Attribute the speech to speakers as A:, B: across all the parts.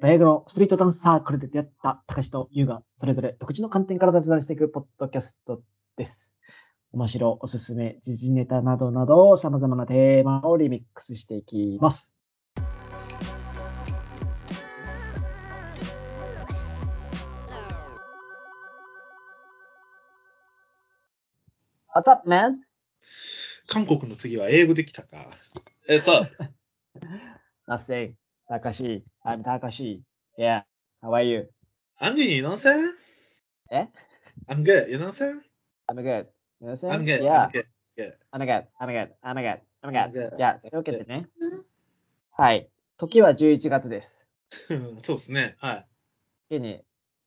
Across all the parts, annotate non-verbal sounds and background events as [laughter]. A: 大学のストリートダンスサークルで出会った高橋と優がそれぞれ独自の観点から雑談していくポッドキャストです。面白、おすすめ、時事ネタなどなど様々なテーマをリミックスしていきます。What's up, man?
B: 韓国の次は英語できたか。え、さ、
A: Nothing. 高橋 I'm 高橋 Yeah. How are you?
B: I'm good, you know what I'm saying?
A: え
B: ?I'm good, you know what I'm saying?
A: I'm good. You know what I'm saying?
B: I'm good,
A: Yeah.
B: I'm good.
A: I'm good, I'm good, I'm good, I'm good.
B: I'm good.
A: じゃあ、というわけでね。はい。時は11月です。
B: うんそうですね。はい。
A: 時に、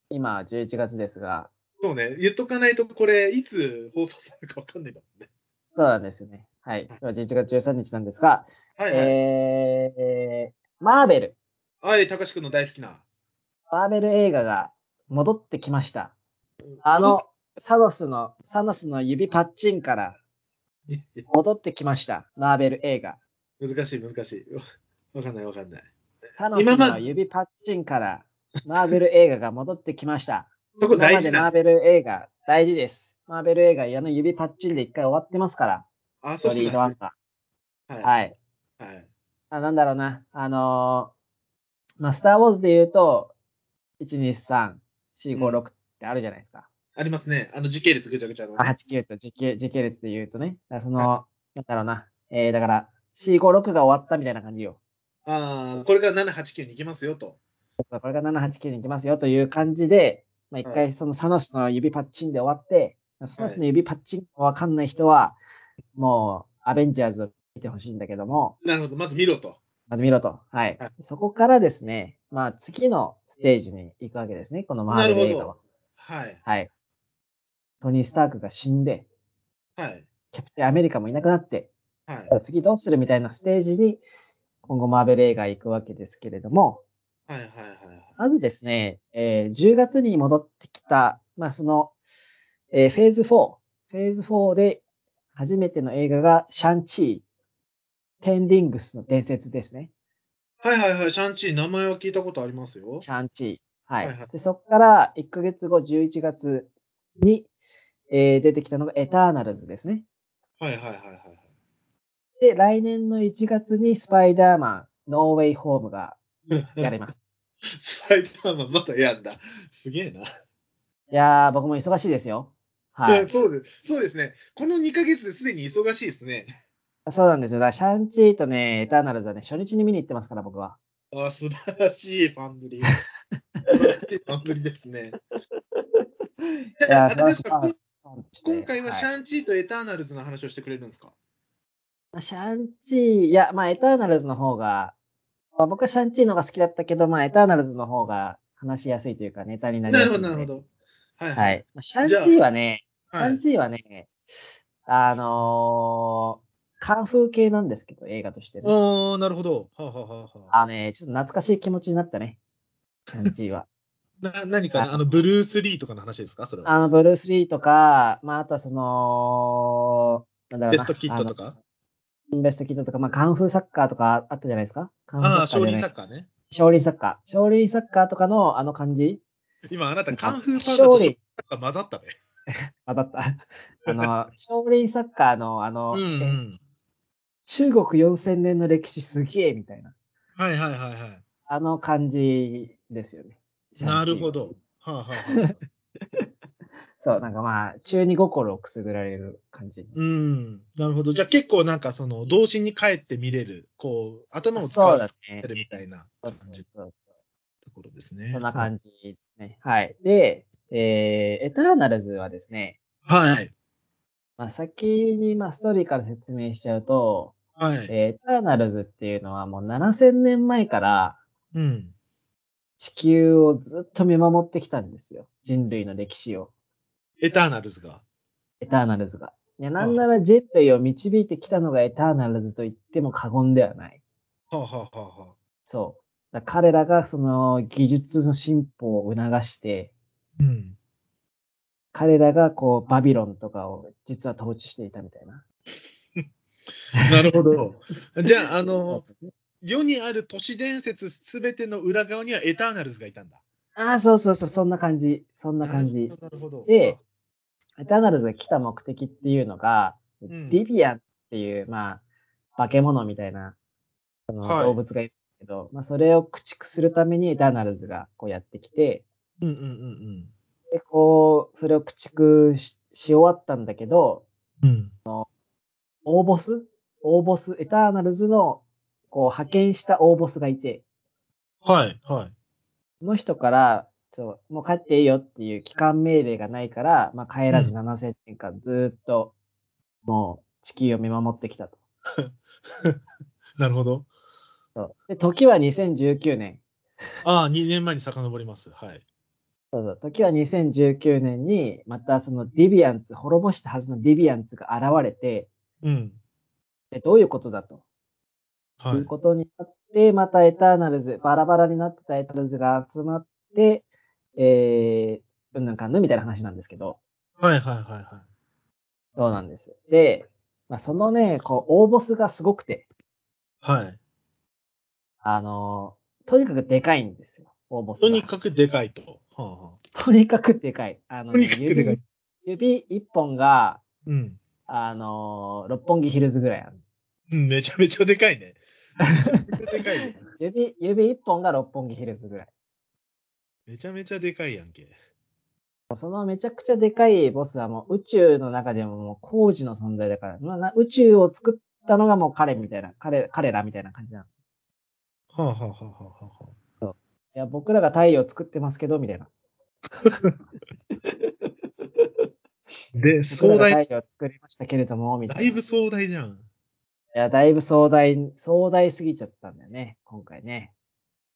A: 今は11月ですが、
B: そうね。言っとかないと、これ、いつ放送されるかわかんないんだもんね。
A: そうなんですよね。はい。今日は11月13日なんですが、
B: はいはい。
A: えー、マーベル、
B: はい、たかしくんの大好きな。 [laughs]
A: マーベル映画が戻ってきました。あの、サノスの、サノスの指パッチンから
B: いやい
A: 戻ってきました。マーベル映画。
B: や、難しい、難しい。わかんない、 [laughs] わかんない。
A: サノス
B: 今ま
A: の
B: で
A: 指パッチンから、マーベル映画が戻ってきました。
B: そこ
A: 今
B: 大
A: ま
B: 事
A: でマー
B: な。
A: ベル映画、大事です。マーベル映画、あの指パッチンで一回終わってますから、
B: あ、
A: ス
B: そ
A: ト
B: う
A: リート
B: な
A: ワ
B: ん
A: ン
B: です。
A: が。
B: は
A: はい。
B: い。はい。
A: あなんだろうな。あのーまあ、スターウォーズで言うと、1、2、3、4、5、6ってあるじゃないですか。
B: ありますね。あの時系列ぐちゃぐちゃの
A: あ、。8、9と時系時系列で言うとね。だからその、なんだろうな。えー、だから、4、5、6が終わったみたいな感じよ。
B: ああ、これから7、8、9に行きますよと。
A: これが7、8、9に行きますよという感じで、まあ、一
B: は
A: 回そのサノスの指パッチンで終わって、サノスの指パッチンがわかんない人は、もう、アベンジャーズを見てほしいんだけども、
B: なるほど。まず見ろと。
A: まず見ろと。はい
B: はい。
A: そこからですね、まあ、次のステージに行くわけですね、このマーベル映
B: な
A: 画
B: る
A: は
B: ほ。はい。
A: はい。トニー・スタークが死んで、
B: はい。
A: キャプテン・アメリカもいなくなって、
B: はい。
A: 次どうするみたいなステージに、今後マーベル映画行くわけですけれども、
B: はい。はい。はい。
A: まずですね、えー10月に戻ってきた、まあ、その、えーフェーズ4、フェーズ4で初めての映画が、シャンチー、テンディングスの伝説ですね。
B: はいはいはい、シャンチー、名前は聞いたことありますよ。
A: シャンチー。はい。
B: はいはい
A: でそこから1ヶ月後、11月に、えー出てきたのがエターナルズですね。
B: はいはいはいはい。
A: で、来年の1月にスパイダーマン、ノーウェイホームがやります。
B: [laughs] スパイダーマンまたやんだ。すげえな。
A: いやー、僕も忙しいですよ。はい。
B: [laughs] そうです。そうですね。この2ヶ月ですでに忙しいですね。 [laughs]
A: そうなんですよ。だからシャンチーとね、エターナルズはね、初日に見に行ってますから、僕は。
B: あ素晴らしいファンブリ。素晴らしいファンブリで
A: [laughs]
B: すね。
A: いやー、
B: あれですか
A: それはそう
B: 今回はシ
A: い
B: ャンチーとエターナルズの話をしてくれるんですか、
A: シャンチー、いや、まあ、エターナルズの方が、まあ、僕はシャンチーのが好きだったけど、まあ、エターナルズの方が話しやすいというか、ネタになりや
B: な
A: すい
B: る
A: の
B: ほ
A: で。
B: ど、なるほど。はいは。
A: はいい。まあシャンチーはね、シ
B: は
A: ャン
B: い、
A: チーはね、あのー、カンフー系なんですけど、映画としてね。
B: おー、なるほど。はあ、はあはあはあ、
A: あのね、ちょっと懐かしい気持ちになったね。シャンチーは。
B: な何かなあの、ブルース・リーとかの話ですかそれは。
A: あの、ブルース・リーとか、まあ、あとはその、なんだろうな。
B: ベスト・キッドと
A: か。
B: か。
A: ベストキッドとか、まあ、カンフーサッカーとかあったじゃないですか。カンフー
B: ああー、
A: サッカー
B: 少
A: じゃな
B: 林
A: い
B: サッカーね。
A: 少林サッカー。少林サッカーとかのあの感じ。
B: 今、あなた、カンフーファン
A: 少
B: とサッ
A: 林。
B: カー混ざったね。
A: あ、だった。 [laughs] あの、少林サッカーの、あの、
B: うん、う
A: え
B: ん。
A: 中国4000年の歴史すげえみたいな。
B: はいはいはいは
A: あの感じですよね。
B: い。なる
A: ど。
B: ほど。はあ、はあはあ、
A: そう、なんかまあ、中二心をくすぐられる感じ。
B: うん。なるほど。じゃあ結構なんかその、童心に帰って見れる、こう、頭を使
A: そう
B: わ
A: だ
B: せ
A: ね
B: て。るみたいな
A: そう
B: 感
A: そう
B: じ
A: そ
B: の
A: う
B: ところですね。
A: そんな感じですね。はい。で、えー、エターナルズはですね、
B: はい。
A: まあ、先に、まあ、ストーリーから説明しちゃうと、
B: はい。
A: えーエターナルズっていうのはもう7000年前から
B: うん。
A: 地球をずっと見守ってきたんですよ。人類の歴史を。
B: エターナルズが。
A: エターナルズが。いや、なんなら人類を導いてきたのがエターナルズと言っても過言ではない。
B: はあ、はあはあはあ、
A: そう。だ彼らがその技術の進歩を促して、
B: うん。
A: 彼らがこうバビロンとかを実は統治していたみたいな。 [laughs]
B: なるほど。じゃ
A: そ
B: あ、あ
A: う
B: の、
A: ですね
B: 世にある都市伝説すべての裏側にはエターナルズがいたんだ。
A: ああ、そうそうそう、そんな感じ。そんな感じ
B: な。るほど。
A: でエターナルズが来た目的っていうのが、
B: うん
A: ディビアっていう、まあ、化け物みたいな、その
B: はい
A: 動物がいるんだけど、まあ、それを駆逐するためにエターナルズがこうやってきて、
B: うんうんうん
A: で、こう、それを駆逐しし終わったんだけど、
B: うん。うん。
A: 大ボス大ボス、エターナルズの、こう、派遣した大ボスがいて、
B: はい、はい。
A: その人から、ちょ、もう帰っていいよっていう帰還命令がないから、まあ、帰らず7000年間ずーっと、もう、地球を見守ってきたと。
B: なるほど。
A: そうで、時は2019年。
B: ああ、2年前に遡ります。はい。
A: そうそう。時は2019年に、またそのディビアンツ、滅ぼしたはずのディビアンツが現れて、
B: うん。
A: で、どういうことだと。、
B: はい
A: う
B: い。
A: ことになって、またエターナルズ、バラバラになってたエターナルズが集まって、えー、うんぬんかんぬんみたいな話なんですけど、
B: はい、はい、はい。はい
A: そうなんです。で、まあ、そのね、こう、大ボスがすごくて、
B: はい。
A: あのーとにかくでかいんですよ、大ボスが。
B: とにかくでかいと。はあはあ、
A: とにかくでかい。あの
B: と
A: ね、
B: にかくでかい。
A: 指、指一本が、
B: うん。
A: あのー六本木ヒルズぐらいある。
B: うんめちゃめちゃでか
A: [laughs]
B: いね。めちゃめちゃでかいね。
A: 指、指一本が六本木ヒルズぐらい。
B: めちゃめちゃでかいやんけ。
A: そのめちゃくちゃでかいボスはもう宇宙の中でももう工事の存在だから、まあな、宇宙を作ったのがもう彼みたいな、彼、彼らみたいな感じなの。い
B: はあ、はあはあはあはあ、
A: や、僕らが太陽を作ってますけど、みたいな。
B: で、
A: 僕
B: 壮
A: らが
B: 大。
A: 太陽を作りましたけれども、みたい
B: だ
A: な。
B: いぶ壮大じゃん。
A: いや、だいぶ壮大、壮大すぎちゃったんだよね、今回ね。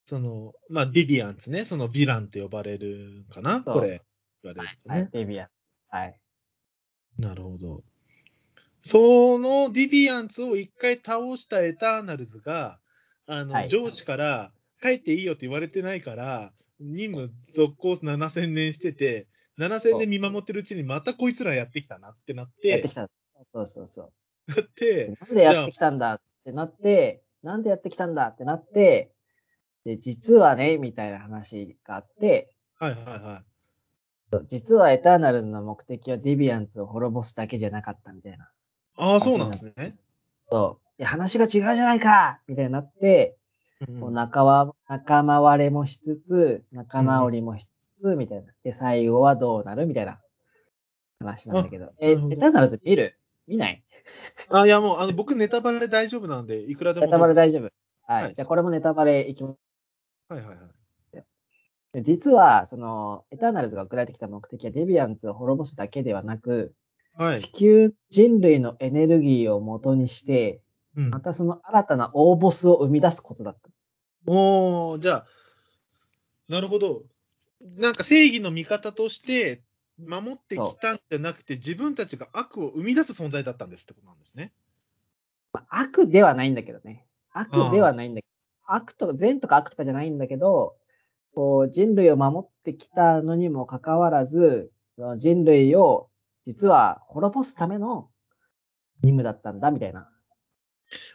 B: その、まあ、ビビアンツね。そのヴィランって呼ばれるかな
A: そう
B: これ。言わ
A: は
B: れる
A: い、
B: と
A: は
B: ね
A: い、。デビアン。はい。
B: なるほど。そのディビアンツを一回倒したエターナルズが、あの、
A: はい
B: 上司から帰っていいよって言われてないから、任務続行7000年してて、7000年見守ってるうちにまたこいつらやってきたなってなっ
A: やって
B: て
A: き、た。そうそうそう
B: なって、
A: なんでやってきたんだってなって、なんでやってきたんだってなって、で、実はね、みたいな話があって、
B: はいはいは
A: 実はエターナルズの目的はディビアンツを滅ぼすだけじゃなかったみたいな。
B: い。ああ、そうなんですね。
A: そう。いや、話が違うじゃないかみたいになって、
B: うん
A: こう仲は、仲間割れもしつつ、仲直りもしつつ、みたいな。で、最後はどうなるみたいな話なんだけど。え、
B: な
A: エ
B: るほど
A: ターナルズ見る見ない
B: あいやもうあの僕ネタバレ大丈夫なんで、いくらでも。
A: ネタバレ大丈夫。はい。
B: はい
A: じゃあ、これもネタバレいきま
B: はいはいはい。
A: す。実は、その、エターナルズが送られてきた目的はデビアンツを滅ぼすだけではなく、
B: はい
A: 地。球人類のエネルギーを元にして、
B: うん
A: ま、たその新たな大ボスを生み出すことだった。
B: おー、じゃあ、なるほど。なんか正義の味方として守ってきたんじゃなくて、自分たちが悪を生み出す存在だったんですってことなんですね。
A: まあ悪ではないんだけどね。悪ではないんだけど。悪とか、善とか悪とかじゃないんだけど、こう、人類を守ってきたのにもかかわらず、その人類を実は滅ぼすための任務だったんだ、みたいな。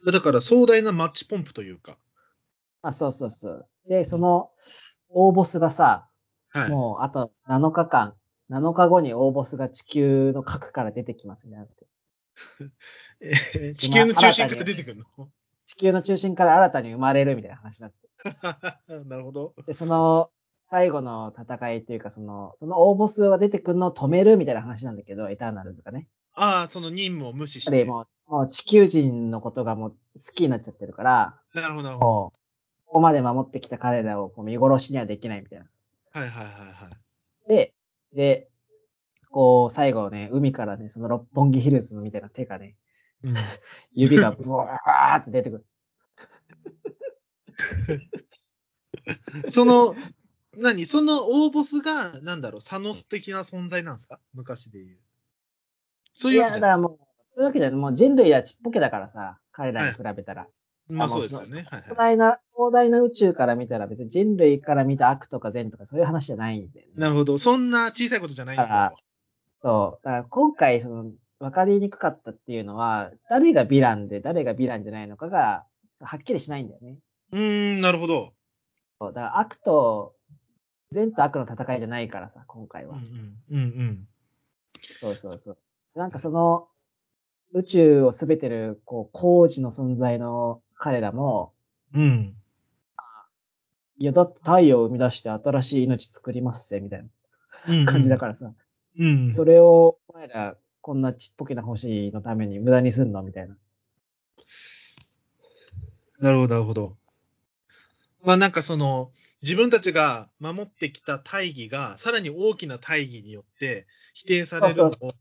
B: だから壮大なマッチポンプというか。
A: あ、そうそうそう。で、その、大ボスがさ、
B: はい。
A: もうあと7日間、7日後に大ボスが地球の核から出てきますみたいな。
B: えー [laughs] 地球の中心から出てくるの
A: 地球の中心から新たに生まれるみたいな話だった。
B: [laughs] なるほど。
A: で、その、最後の戦いっていうか、その、その大ボスが出てくるのを止めるみたいな話なんだけど、エターナルズがね。
B: ああ、その任務を無視して。
A: で、もう、もう地球人のことがもう好きになっちゃってるから、
B: なるほど、なるほ
A: ここまで守ってきた彼らをこう見殺しにはできないみたいな。
B: ど。はいはいはいはい。
A: で、で、こう、最後ね、海からね、その六本木ヒルズのみたいな手がね、
B: うん、
A: 指がブワーって出てくる。
B: [laughs] その、何その大ボスが、なんだろう、サノス的な存在なんですか昔で言う。そう
A: い
B: いうわ
A: や、
B: け
A: だ
B: じゃ
A: か
B: ない。
A: らもう、そういうわけじゃない。もう人類はちっぽけだからさ、彼らに比べたら。
B: まあそうですよね。はいはい
A: 広大な、広大な宇宙から見たら別に人類から見た悪とか善とかそういう話じゃないんだよね。
B: なるほど。そんな小さいことじゃないん
A: だから
B: だ
A: そう。だから今回、その、わかりにくかったっていうのは、誰がヴィランで誰がヴィランじゃないのかが、はっきりしないんだよね。
B: うーん、なるほど。
A: そうだから悪と、善と悪の戦いじゃないからさ、今回
B: う
A: は。
B: んうん。うん
A: そうそうそう。なんかその、宇宙をすべてる、こう、工事の存在の彼らも、
B: うん。うん。
A: いや、だって太陽を生み出して新しい命作りますぜ、みたい
B: うんうん
A: な感じだからさ。
B: うん。
A: それを、お前ら、こんなちっぽけな星のために無駄にすんのみたいな。
B: なるほど、なるほど。まあなんかその、自分たちが守ってきた大義が、さらに大きな大義によって否定されるの
A: そう
B: を
A: そ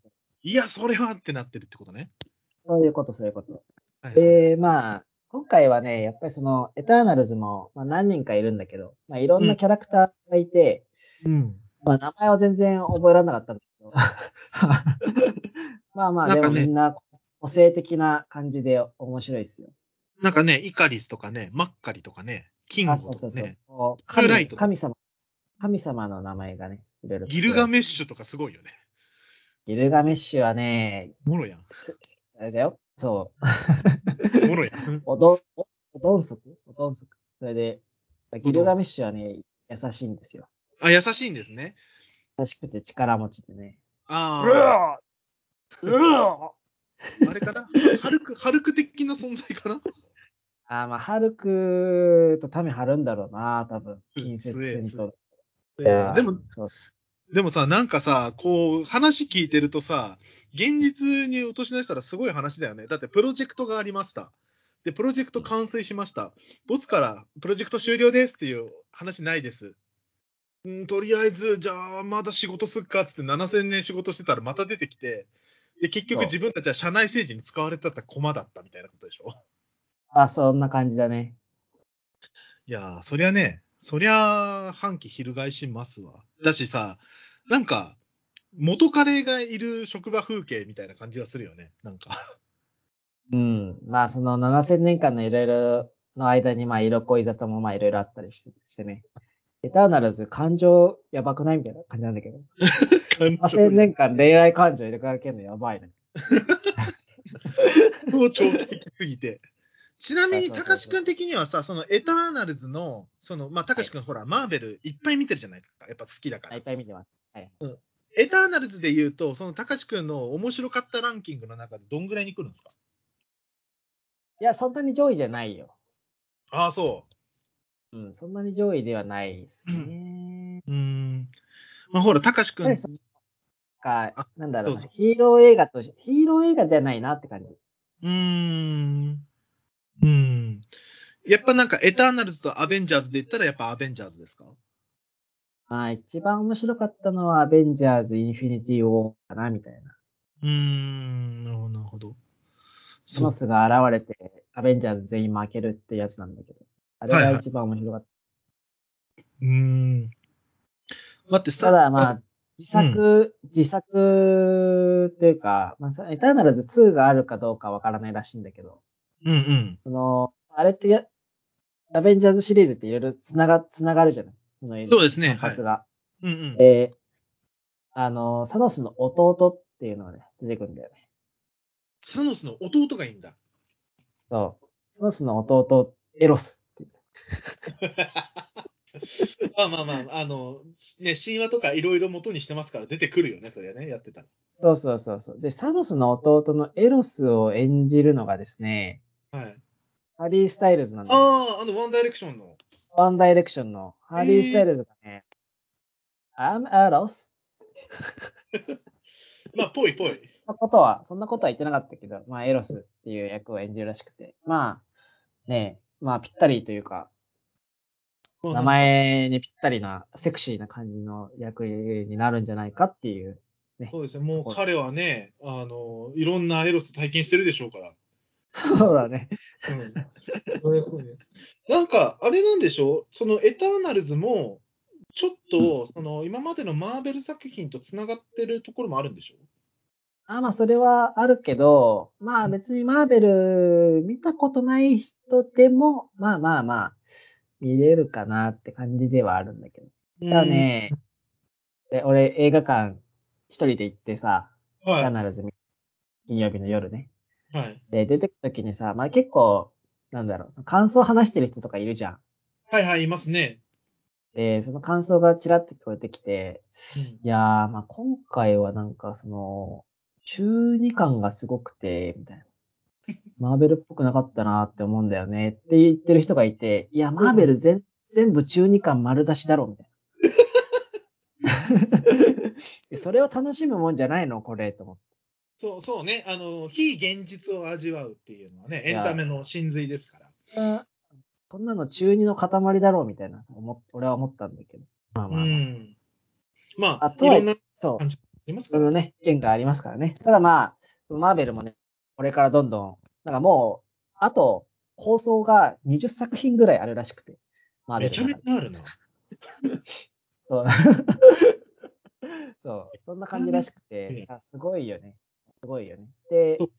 B: いや、それはってなってるってことね。
A: そういうこと、そういうこと。
B: はいはい
A: で、まあ、今回はね、やっぱりその、エターナルズも、まあ、何人かいるんだけど、まあ、いろんなキャラクターがいて、
B: うん。
A: まあ、名前は全然覚えられなかったんだ
B: [laughs]
A: けど、まあまあ、
B: なん
A: で
B: か
A: も
B: ね
A: みんな個性的な感じで面白いですよ。
B: なんかね、イカリスとかね、マッカリとかね、キング
A: あ、
B: と
A: そうそう
B: か
A: そう。
B: ね、
A: こう
B: ブラ
A: 神
B: イト
A: 神様、神様の名前がね、いろいろ。
B: ギルガメッシュとかすごいよね。
A: ギルガメッシュはね、
B: もろやん。
A: あれだよ。そう。
B: もろやん。
A: おどん、おおどんそくおどんそく。それで、ギルガメッシュはね、優しいんですよ。
B: あ、優しいんですね。
A: 優しくて力持ちでね。う
B: あ
A: わうわ
B: あ、あれかなハルク、ハルク的な存在かな
A: あーまあ、ハルクとタメ張るんだろうな、多分。近接戦と。いやー
B: でも、、
A: そうそう
B: でもさ、なんかさ、こう、話聞いてるとさ、現実に落とし出したらすごい話だよね。だって、プロジェクトがありました。で、プロジェクト完成しました。ボスから、プロジェクト終了ですっていう話ないです。うん、とりあえず、じゃあ、まだ仕事すっかっつって7000年仕事してたらまた出てきて、で、結局
A: そう
B: 自分たちは社内政治に使われてた駒だったみたいなことでしょ。
A: あ、そんな感じだね。
B: いやー、そりゃね、そりゃ、反旗翻しますわ。だしさ、なんか、元カレがいる職場風景みたいな感じがするよね。なんか。
A: うん。まあ、その7000年間のいろいろの間に、まあ、色恋沙汰もまあ、いろいろあったりしてしてね。エターナルズ、感情やばくないみたいな感じなんだけど。7000年間恋愛感情入れ替えるのやばいね。
B: 超長期的すぎて。ちなみに、
A: そうそ
B: た
A: うそう
B: かしくん的にはさ、そのエターナルズの、その、まあ、たかしくんほら、マーベルいっぱい見てるじゃないですか。やっぱ好きだから。
A: いっぱい見てます。
B: エターナルズで言うと、そのたかしくんの面白かったランキングの中でどんぐらいに来るんですか
A: いや、そんなに上位じゃないよ。
B: ああ、そう。
A: うん、そんなに上位ではないですね。
B: うーん。まあ、ほら、たかしく
A: やっぱ
B: ん
A: りそのなん
B: あ
A: か、なんだろうな
B: どうぞ
A: ヒーロー映画とし、ヒーロー映画ではないなって感じ。
B: うーん。うーん。やっぱなんか、エターナルズとアベンジャーズで言ったら、やっぱアベンジャーズですか
A: まあ、一番面白かったのは、アベンジャーズ・インフィニティ・ウォーかな、みたいな。
B: うーん、なるほど、なるほど。
A: スノ
B: う。
A: スが現れて、アベンジャーズ全員負けるってやつなんだけど。あれが一番面白かっ
B: うーん。待って、
A: た。ただまあ、自作、自作っていうか、まあさ、エターナルズ2があるかどうかわからないらしいんだけど、
B: うんうん。
A: その、あれってや、アベンジャーズシリーズっていろいろつなが、つながるじゃないその
B: そうですね
A: 反発が。
B: うんうん。
A: で、あの、サノスの弟っていうのがね、出てくるんだよね。
B: サノスの弟がいいんだ。
A: そう。サノスの弟、エロスっていう。
B: まあまあまあ、あの、ね、神話とかいろいろ元にしてますから出てくるよね、そりゃね、やってた
A: そうそうそうそう。で、サノスの弟のエロスを演じるのがですね、
B: ら。はい。
A: ハリー・スタイルズなんですよ。
B: ああ、あの、ワンダイレクションの。
A: ワンダイレクションのハリー・スタイルズがね、I'm Eros
B: まあ、ぽいぽい。
A: そんなことは、そんなことは言ってなかったけど、まあ、エロスっていう役を演じるらしくて、まあ、ねえ、まあ、ぴったりというか、名前にぴったりな、セクシーな感じの役になるんじゃないかっていう。 [laughs]
B: そうですね、もう彼はね、あの、いろんなエロス体験してるでしょうから。
A: そうだね。
B: うんそれはすごいですなんか、あれなんでしょう、そのエターナルズも、ちょっと、その今までのマーベル作品とつながってるところもあるんでしょ
A: あまあ、それはあるけど、まあ別にマーベル見たことない人でも、まあまあまあ、見れるかなって感じではあるんだけど。
B: う
A: ただ、ね、で俺映画館一人で行ってさ、
B: は
A: 必ず金曜日の夜ね。
B: い。はい。
A: で、出てくときにさ、まあ結構なんだろう、感想を話してる人とかいるじゃん。
B: はいはい、いますね。
A: で、その感想がちらって聞こえてきて、
B: うん
A: いやー、まあ今回はなんかその、中二感がすごくて、みたいな。マーベルっぽくなかったなって思うんだよねって言ってる人がいて、いや、マーベル全全部中二感丸出しだろ、みたいな。 [laughs] それを楽しむもんじゃないのこれ、と思って。
B: そうそうね、あの、非現実を味わうっていうのはね、エンタメの真髄ですから。
A: こんなの中二の塊だろ、みたいな、思俺は思ったんだけど。まあまあ、
B: う
A: まあ
B: ん。まあ、
A: あ
B: い
A: とは
B: ろんな、あ
A: そう。
B: ります
A: そ
B: か
A: のね、意見がありますからね。ただまあ、そのマーベルもね、これからどんどん、なんかもう、あと、構想が20作品ぐらいあるらしくて。マーベ
B: め
A: ル
B: ちゃ
A: の
B: め
A: 中
B: ち
A: で
B: ゃあるな。
A: そう。そう、そんな感じらしくて、
B: う
A: あすごいよね。すごいよね。で
B: そう、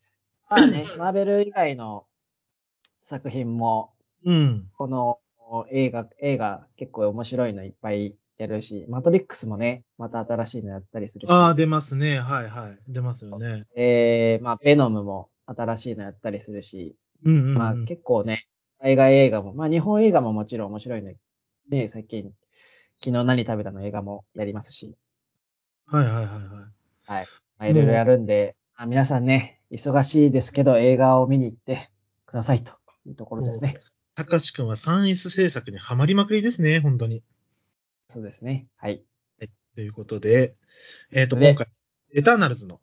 A: まあね、マーベル以外の作品も、
B: うん。
A: この映画、映画結構面白いのいっぱいやるし、マトリックスもね、また新しいのやったりするし。
B: ああ、出ますね。はいはい。出ますよね。
A: えー、まあ、ベノムも新しいのやったりするし、
B: うんうん、うん。
A: まあ結構ね、海外映画も、まあ日本映画ももちろん面白いね。ね、最近、昨日何食べたの映画もやりますし、
B: はいはいはいはい。
A: まあいろいろやるんで、まあ皆さんね、忙しいですけど映画を見に行ってくださいというところですね。
B: たかしくんは 3S 制作にはまりまくりですね、本当に。
A: そうですね。はい。
B: ということで、えっ、と、
A: ね
B: 今回、エターナルズの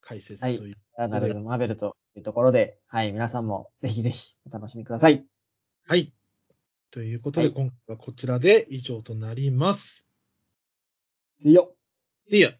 B: 解説と
A: はい
B: いう、
A: ランダルズ・マーベルというところで、はい、皆さんもぜひぜひお楽しみください。
B: はい。ということで、
A: はい
B: 今回はこちらで以上となります。
A: See you!
B: でや。